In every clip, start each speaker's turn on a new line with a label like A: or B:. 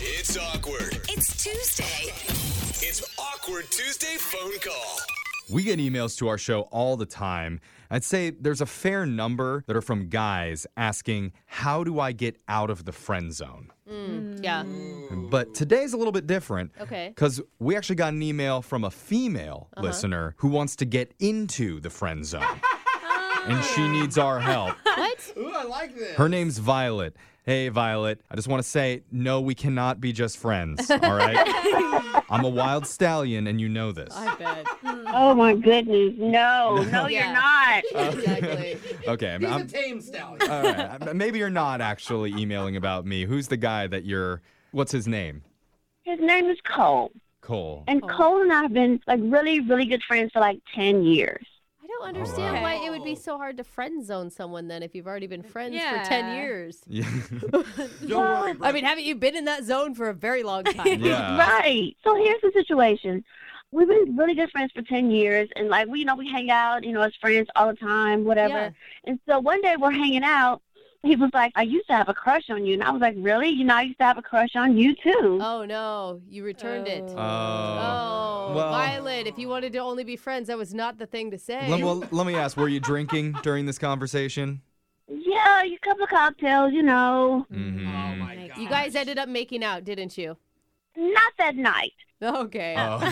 A: It's awkward.
B: It's Tuesday.
A: It's awkward Tuesday phone call.
C: We get emails to our show all the time. I'd say there's a fair number that are from guys asking, How do I get out of the friend zone?
D: Yeah.
C: Mm. But today's a little bit different.
D: Okay.
C: Because we actually got an email from a female listener who wants to get into the friend zone. and she needs our help.
D: What?
C: Her name's Violet. Hey, Violet, I just want to say, no, we cannot be just friends, all right? I'm a wild stallion, and you know this.
D: bet.
E: Oh my goodness! No, no,
D: Yeah.
E: you're not.
D: Exactly.
C: Okay. I'm, I'm- All right. M- Maybe you're not actually emailing about me. Who's the guy that you're? What's his name?
E: His name is Cole,
C: Cole.
E: and Cole and I have been like really, really good friends for like ten years.
D: I don't understand
C: wow.
D: why it would be so hard to friend zone someone then if you've already been friends for 10
F: Yeah.
D: years.
C: Yeah.
D: I mean, haven't you been in that zone for a very long time?
C: yeah.
E: Right. So here's the situation. We've been really good friends for ten years, and like we, you know, we hang out, you know, as friends all the time, whatever.
D: Yeah.
E: And so one day we're hanging out. He was like, "I used to have a crush on you," and I was like, "Really? You know, I used to have a crush on you too."
D: Oh, no. You returned it.
F: Oh.
C: Uh,
D: Oh,
C: Well-
D: Violet, if you wanted to only be friends, that was not the thing to say.
C: let, well, let me ask. Were you drinking during this conversation?
E: Yeah, you couple of cocktails, you know,
G: Oh
E: Oh
C: Mm-hmm.
D: you guys ended up making out, didn't you?
E: not that night.
D: Okay.
C: Oh.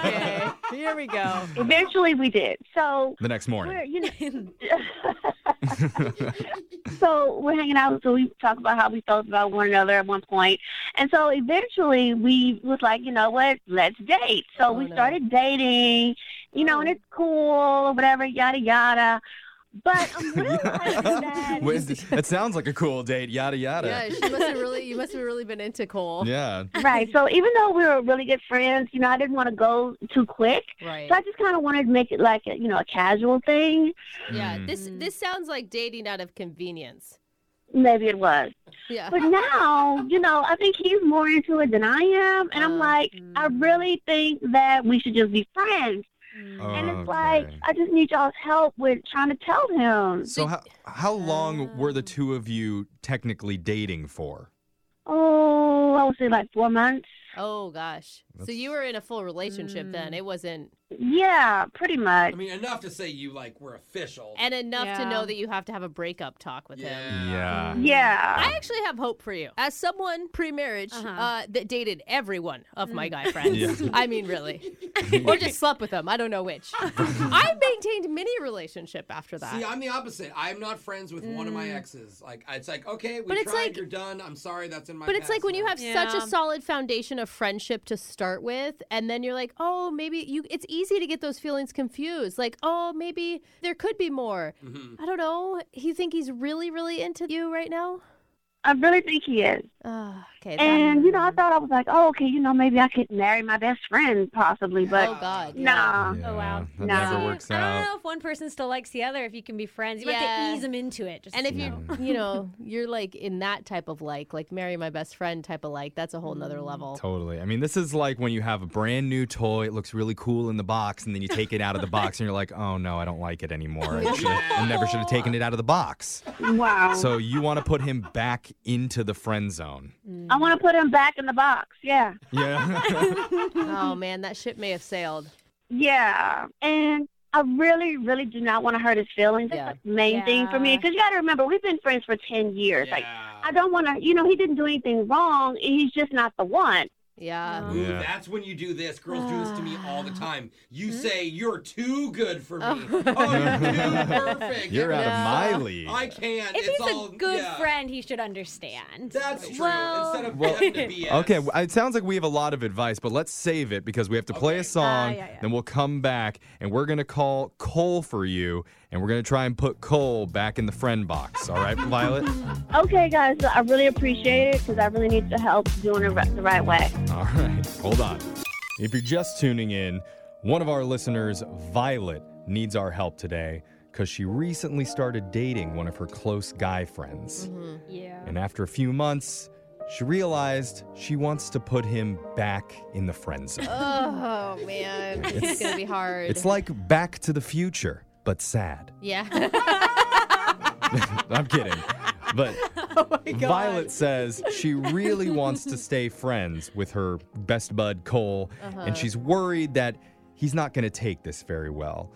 D: okay. Here we go.
E: Eventually, we did. So
C: The next
E: we're,
C: morning.
E: you know. so we're hanging out, so we talk about how we felt about one another at one point, and so eventually we was like, you know what, let's date. So
D: Oh,
E: we
D: no.
E: started dating, you know, and it's cool, whatever, yada yada. But I'm realizing that
C: Wait, that sounds like a cool date. Yada
D: Yeah,
C: yada.
D: she must have really, you must have really been into Cole.
C: Yeah.
E: right. So even though we were really good friends, you know, I didn't want to go too quick.
D: Right.
E: So I just kind of wanted to make it like a, you know a casual thing.
D: Yeah,
C: Mm.
D: this this sounds like dating out of convenience.
E: Maybe it was.
D: Yeah.
E: But now, you know, I think he's more into it than I am. And
D: Oh,
E: I'm like, I really think that we should just be friends. Mm-hmm. And it's like,
C: Oh, Okay.
E: I just need y'all's help with trying to tell him.
C: So how how long were
E: Um.
C: the two of you technically dating for?
E: Oh, I would say like four months.
D: Oh gosh. So you
C: That's-
D: were in a full relationship then.
F: Mm.
D: It wasn't
E: Yeah, pretty much.
G: I mean, enough to say you like were official.
D: and enough to
F: Yeah.
D: know that you have to have a breakup talk with him.
C: Yeah.
E: yeah.
D: I actually have hope for you. As someone pre-marriage uh
F: Uh-huh. Mm.
D: that dated every one of my guy friends,
C: Yeah.
D: I mean, really, or just slept with them. I don't know which. I maintained many relationship after that. Mm.
G: See, I'm the opposite. I'm not friends with one of my exes. Like, it's like, okay, we
D: But it's
G: tried.
D: like-
G: you're done. I'm sorry. That's in my.
D: But it's like
G: past
D: when you
G: now.
D: have such
F: Yeah.
D: a solid foundation of friendship to start with, and then you're like, oh, maybe you. It's easy to get those feelings confused. Like, oh, maybe there could be more.
C: Mm-hmm.
D: I don't know. You think he's really, really into you right now?
E: I really think he is.
D: Ah, okay. that-
E: And, you know, I thought I was like, oh, okay, you know, maybe I could marry my best friend possibly. But
D: oh God.
E: no.
C: Yeah,
F: Oh, wow.
C: That
E: No.
C: never
F: See,
C: works
F: I don't
C: out.
F: know if one person still likes the other if you can be friends. You have
D: Yeah.
F: to ease them into it. Just
D: And if
C: Yeah.
D: you, you know, you're like in that type of like, like marry my best friend type of like, that's a whole
C: Mm.
D: nother level.
C: Totally. I mean, this is like when you have a brand new toy, it looks really cool in the box, and then you take it out of the box and you're like, oh no, I don't like it anymore. I, should I never should have taken it out of the box.
E: Wow.
C: So you want to put him back into the friend zone.
F: Hmm.
E: I want to put him back in the box. Yeah.
C: Yeah.
D: oh man, that ship may have sailed.
E: Yeah, and I really, really do not want to hurt his feelings. That's
D: Yeah.
E: the main thing for me
F: Yeah.
E: because you got to remember we've been friends for ten years. Like
G: Yeah.
E: I don't want to, you know, he didn't do anything wrong. and He's just not the one.
D: Yeah.
F: No.
G: Ooh,
C: Yeah.
G: That's when you do this. Girls do this to me all the time. You say you're too good for me.
D: Hmm? Oh.
G: Oh, you're too perfect.
C: You're out
D: Yeah.
C: of my
G: I
C: league.
G: can't.
F: if
G: it's
F: he's
G: all,
F: a good
G: yeah.
F: friend, he should understand.
G: That's true.
F: Well-
G: Instead of
C: Well-
G: having to BS.
C: Okay, w- it sounds like we have a lot of advice, but let's save it because we have to play
G: Okay.
C: a song,
F: Ah, yeah, yeah.
C: then we'll come back and we're going to call Cole for you, and we're going to try and put Cole back in the friend box. All right, Violet?
E: Okay, guys, I really appreciate it because I really need the help doing it ri- the right way.
C: All right, hold on. If you're just tuning in, one of our listeners, Violet, needs our help today because she recently started dating one of her close guy friends.
F: Yeah.
C: And after a few months, she realized she wants to put him back in the friend zone.
D: Oh man, it's gonna be hard.
C: it's like Back to the Future, but sad.
D: yeah.
C: I'm kidding. But
D: Oh my God.
C: Violet says she really wants to stay friends with her best bud Cole,
D: Uh-huh.
C: and she's worried that he's not going to take this very well.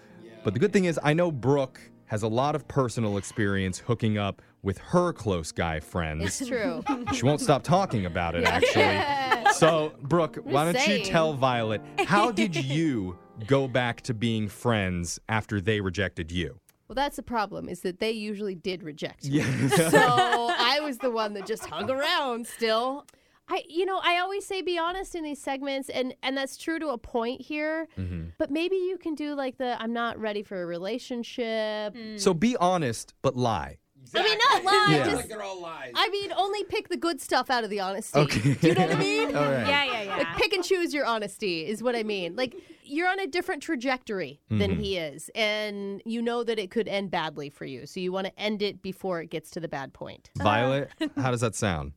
C: But the good thing is, I know Brooke has a lot of personal experience hooking up with her close guy friends.
D: It's true.
C: she won't stop talking about it, actually. So, Brooke, why don't you
D: saying.
C: tell Violet, how did you go back to being friends after they rejected you?
D: Well, that's the problem is that they usually did reject me.
C: Yeah.
D: So I was the one that just hung around still. I, you know, I always say be honest in these segments, and and that's true to a point here.
C: Mm-hmm.
D: But maybe you can do like the I'm not ready for a relationship.
C: so, be honest, but lie.
D: I mean,
G: Exactly.
D: not
G: It's
C: lies,
G: not
C: just-
G: like they're all lies.
D: I mean, only pick the good stuff out of the honesty.
C: Okay.
D: Do you know what I mean?
C: All right.
F: Yeah, yeah, yeah.
D: Like pick and choose your honesty is what I mean. Like you're on a different trajectory than
C: Mm-hmm.
D: he is, and you know that it could end badly for you. So you want to end it before it gets to the bad point.
C: Violet,
D: Uh-huh.
C: how does that sound?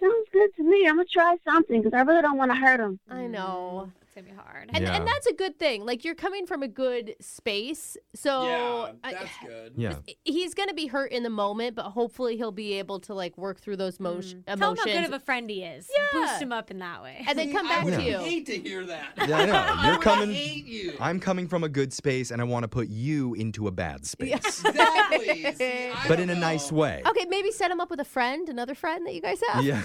E: Sounds good to me. I'm gonna try something because I really don't want to hurt him.
D: I know.
F: It's gonna be hard.
D: And,
C: Yeah.
D: and that's a good thing. Like you're coming from a good space. So
G: yeah,
D: I-
G: that's good.
C: Yeah.
D: he's going to be hurt in the moment, but hopefully he'll be able to like work through those mo- emotions.
F: Mm. Tell him how good of a friend he is.
D: Yeah.
F: Boost him up in that way.
D: and then come
G: I
D: back
G: would
D: to you.
G: hate to hear that.
C: Yeah, I know.
G: I
C: You're
G: would
C: coming-
G: hate you.
C: I'm coming from a good space and I want to put you into a bad space.
G: exactly. See, I
C: But
G: don't
C: in a
G: know.
C: nice way.
D: Okay, maybe set him up with a friend, another friend that you guys have.
C: Yeah.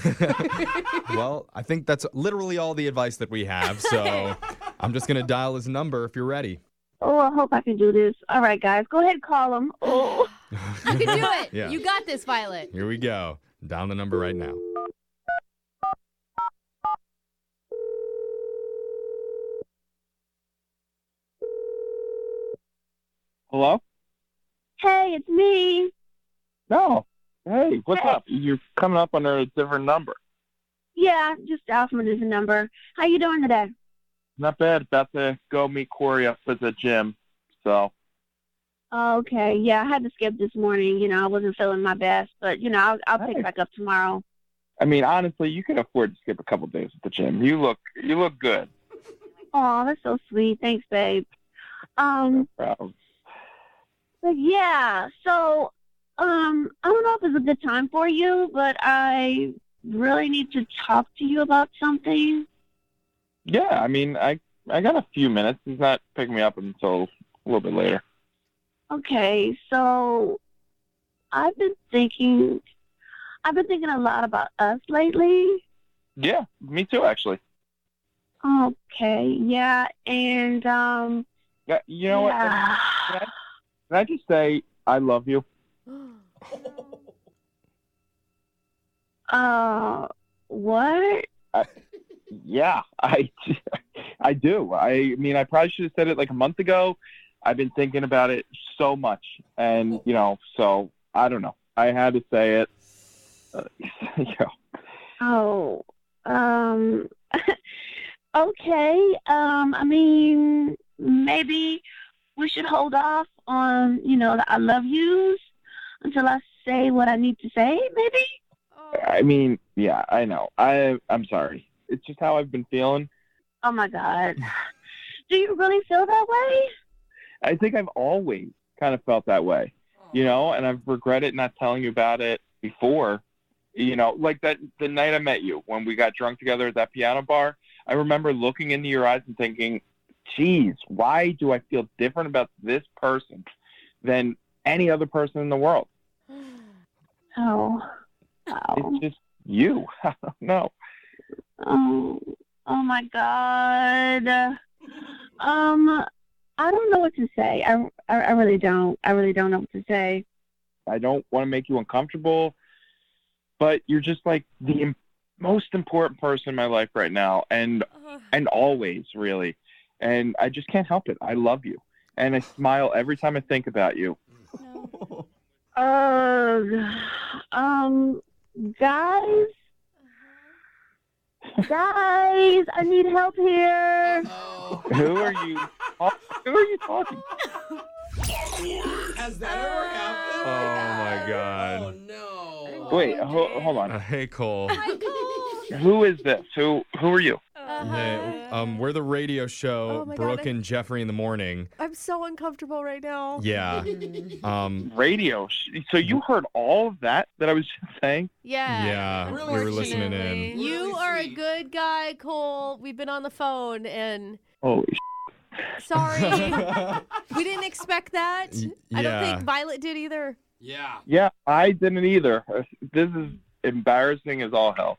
C: well, I think that's literally all the advice that we have. So I'm just going to dial his number if you're ready.
E: Oh, I hope I can do this. All right, guys, go ahead, and call him. Oh,
D: You can do it.
C: Yeah.
D: You got this, Violet.
C: Here we go. Down the number right now.
B: Hello?
E: hey, it's me.
B: No. Hey, what's
E: Hey.
B: up? You're coming up under a different number.
E: Yeah, just dial from a different number. How you doing today?
B: Not bad. About to go meet Corey up at the gym. So,
E: Okay, yeah, I had to skip this morning. You know, I wasn't feeling my best, but you know, I'll, I'll pick
B: Hey.
E: back up tomorrow.
B: I mean, honestly, you could afford to skip a couple days at the gym. You look, you look good.
E: Oh, that's so sweet. Thanks, babe. Um,
B: Um,
E: But yeah, so um, I don't know if it's a good time for you, but I really need to talk to you about something.
B: yeah, I mean, I, I got a few minutes. He's not picking me up until a little bit later.
E: Okay, so I've been thinking, I've been thinking a lot about us lately.
B: Yeah, me too, actually.
E: Okay, yeah, and um,
B: Yeah, you know what?
E: yeah.
B: Can I just say I love you?
E: Uh, what?
B: Yeah, I, I do. I mean, I probably should have said it like a month ago. I've been thinking about it so much, and you know, so I don't know. I had to say it. Uh, yeah.
E: Oh, um, okay. Um, I mean, maybe we should hold off on, you know, the I love yous until I say what I need to say, maybe?
B: I mean, yeah, I know. I I'm sorry. It's just how I've been feeling.
E: Oh my God. Do you really feel that way?
B: I think I've always kind of felt that way, you know, and I've regretted not telling you about it before. You know, like that the night I met you when we got drunk together at that piano bar, I remember looking into your eyes and thinking, "Geez, why do I feel different about this person than any other person in the world?
E: Oh, wow.
B: It's just you." I don't know.
E: Oh, oh my God. Um, I don't know what to say. I, I, I really don't. I really don't know what to say.
B: I don't want to make you uncomfortable, but you're just like the im- most important person in my life right now, and
F: Ugh.
B: and always really. And I just can't help it. I love you, and I smile every time I think about you.
E: Uh, um, guys, guys, I need help here.
G: Oh,
B: Who are you? Who are you talking?
G: has that ever
C: Oh,
G: happened?
C: my
G: Oh
C: God.
G: no.
B: Wait, ho- hold
C: Uh,
B: on.
C: hey, Cole.
B: Who is this? Who who are you?
F: Oh,
C: Hey, um, we're the radio show,
D: Oh my God,
C: Brooke
D: I-
C: and Jeffrey in the morning.
D: I'm so uncomfortable right now.
C: Yeah. Um,
B: Radio. sh- So you heard all of that that I was just saying?
D: Yeah.
C: yeah, we were listening in.
F: Unfortunately.
D: You
G: Really
D: are a
G: sweet.
D: good guy, Cole. We've been on the phone and
B: Holy
D: sorry. we didn't expect that.
C: Y-
D: I don't
C: yeah.
D: think Violet did either.
G: Yeah.
B: Yeah, I didn't either. Uh, This is embarrassing as all hell.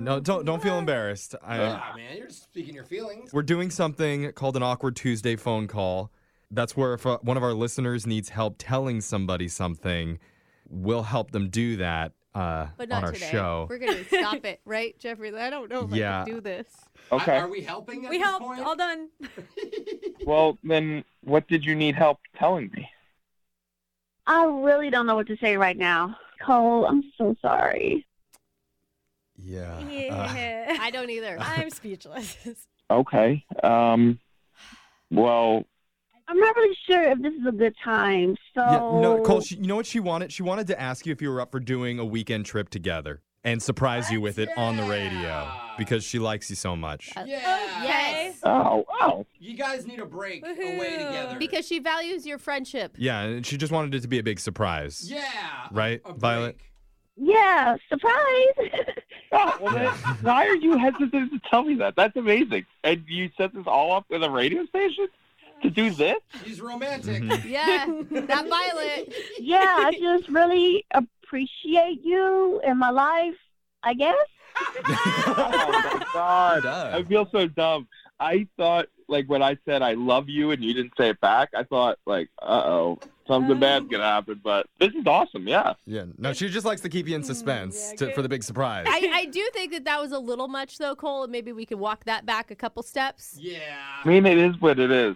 C: no, don't don't feel embarrassed. I,
G: Yeah, man, you're just speaking your feelings.
C: we're doing something called an awkward Tuesday phone call. That's where if uh, one of our listeners needs help telling somebody something, we'll help them do that uh,
D: But not
C: on our
D: today.
C: show.
D: We're gonna stop it, right, Jeffrey? I don't know if
C: Yeah.
D: I can do this.
B: Okay.
G: Are, are we helping at
F: We
G: this
F: helped.
G: point?
F: All done.
B: Well, then what did you need help telling me?
E: I really don't know what to say right now. Cole, I'm so sorry.
C: yeah. uh,
F: Yeah.
D: I don't either.
F: I'm speechless.
B: Okay. Um, well,
E: I'm not really sure if this is a good time. So
C: yeah, no, Cole. She, you know what she wanted? She wanted to ask you if you were up for doing a weekend trip together and surprise you with it on the radio
G: Yeah.
C: because she likes you so much.
D: Uh,
G: Yeah.
D: Yes.
B: oh, oh,
G: You guys need a break away
F: Woohoo.
G: together.
D: Because she values your friendship.
C: Yeah, and she just wanted it to be a big surprise.
G: Yeah.
C: Right,
G: a
C: Violet?
G: break.
E: yeah, surprise.
B: oh well, then, why are you hesitant to tell me that? That's amazing. And you set this all up with a radio station to do this?
G: She's romantic.
C: Mhm.
D: Yeah.
F: Oh,
D: Not Violet.
E: yeah, I just really appreciate you in my life, I guess.
B: Oh my god,
C: Duh.
B: I feel so dumb. I thought like when I said I love you and you didn't say it back, I thought like, uh oh, something bad's
E: Um,
B: gonna happen. But this is awesome, yeah.
C: Yeah, no, she just likes to keep you in suspense to, for the big surprise.
D: I, I do think that that was a little much though, Cole. and Maybe we could walk that back a couple steps.
G: Yeah.
B: I mean, it is what it is.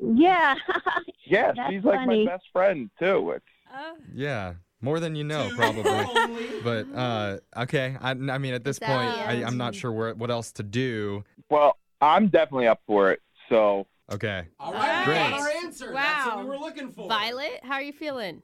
E: Yeah.
B: Yeah,
E: That's
B: she's like
E: funny.
B: my best friend too. It's,
F: Oh,
C: yeah, more than you know,
G: Two
C: probably.
G: only.
C: But uh, okay, I, I mean, at this
D: Is
C: point,
D: that
C: I,
D: it?
C: I'm not sure where, what else to do.
B: well, I'm definitely up for it. So
C: Okay,
G: All right, we
C: Great.
G: got our answer. That's what we
F: Wow.
G: were looking for.
D: Violet, how are you feeling?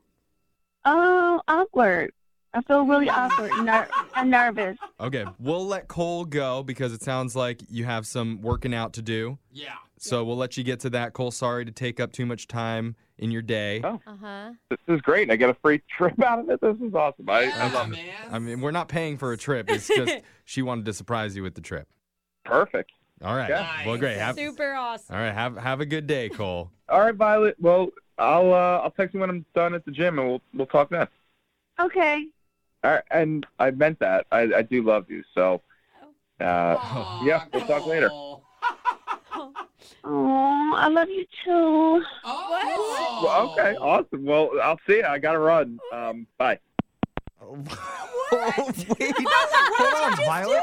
E: Oh, awkward. I feel really awkward. Ner- I'm nervous.
C: okay, we'll let Cole go because it sounds like you have some working out to do.
G: Yeah.
C: So we'll let you get to that, Cole. Sorry to take up too much time in your day.
B: Oh.
D: Uh huh.
B: this is great. I get a free trip out of it. This is awesome. I, I
G: Yeah,
B: love it.
G: man.
C: I mean, we're not paying for a trip. It's just she wanted to surprise you with the trip.
B: Perfect.
C: All right.
G: Yeah.
C: Well, great. Have, all
F: super awesome.
C: right. Have have a good day, Cole.
B: All right, Violet. Well, I'll uh, I'll text you when I'm done at the gym, and we'll we'll talk then.
E: Okay.
B: All right, and I meant that. I, I do love you. So, uh,
G: Aw,
B: yeah, we'll talk later.
G: Cole.
E: Oh, I love you too.
G: Oh.
B: well, okay, awesome. Well, I'll see you. I gotta run. Um, bye.
C: Wait. Hold on, Violet.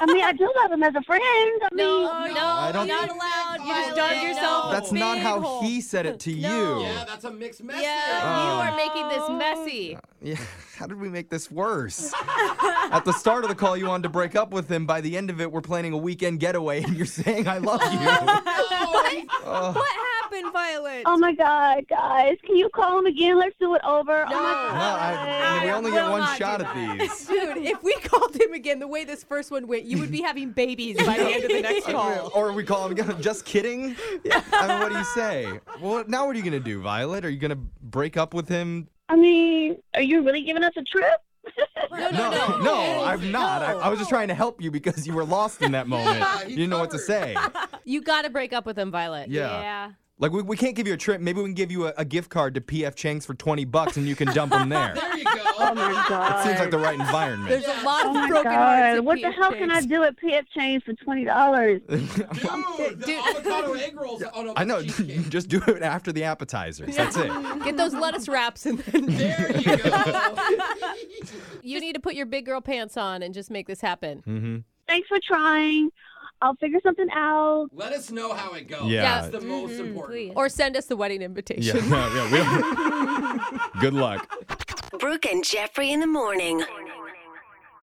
E: I mean, I do love him as a friend. I mean,
D: No, no,
G: I
C: don't-
D: not allowed.
G: You
D: Violet,
G: just dug yourself
D: no.
G: a
C: That's not
D: Big
C: how
D: hole.
C: he said it to
D: No.
C: you.
G: Yeah, that's a mixed message.
D: Yeah,
C: Um,
D: you are making this messy.
C: Yeah, How did we make this worse? At the start of the call, you wanted to break up with him. By the end of it, we're planning a weekend getaway, and you're saying, I love you.
G: Oh,
C: Oh,
F: What happened, Violet?
E: oh my God, guys, can you call him again? Let's do it over.
D: No.
E: Oh my
C: no,
E: God.
C: I, we
F: I
C: only get
F: will
C: one
F: not
C: shot
F: do
C: at
F: that.
C: these.
D: Dude, if we called him again the way this first one went, you would be having babies by the end of the next call.
C: Or we call him again. Just kidding. I mean, what do you say? Well, now what are you gonna do, Violet? Are you gonna break up with him?
E: I mean, are you really giving us a trip?
D: No,
C: Oh, No, no, I'm not. I, I was just trying to help you because you were lost in that moment.
G: Yeah,
C: you
G: he
C: didn't know what to
G: covered.
C: say.
D: You got to break up with him, Violet.
C: Yeah. Like we, we can't give you a trip. Maybe we can give you a, a gift card to PF Chang's for twenty bucks, and you can dump him there.
G: there you go. Oh,
E: my
C: It
E: God.
C: seems like the right environment.
D: There's a lot
E: Oh
D: of
E: my
D: broken hearts.
E: God.
D: at
E: What the
D: PF
E: hell can I
D: Chang's.
E: do at PF Change for $20?
G: Dude, the
D: Dude.
G: avocado egg rolls. Oh, no,
C: I know.
G: cheesecake.
C: Just do it after the appetizers. That's it.
D: Get those lettuce wraps and then
G: There you go.
D: you need to put your big girl pants on and just make this happen.
C: Mm-hmm.
E: Thanks for trying. I'll figure something out.
G: Let us know how it goes.
C: Yeah.
G: That's the
D: Mm-hmm.
G: most important.
F: Please.
D: Or send us the wedding invitation.
C: Yeah. yeah, yeah we don't- Good luck.
H: Brooke and Jeffrey in the morning.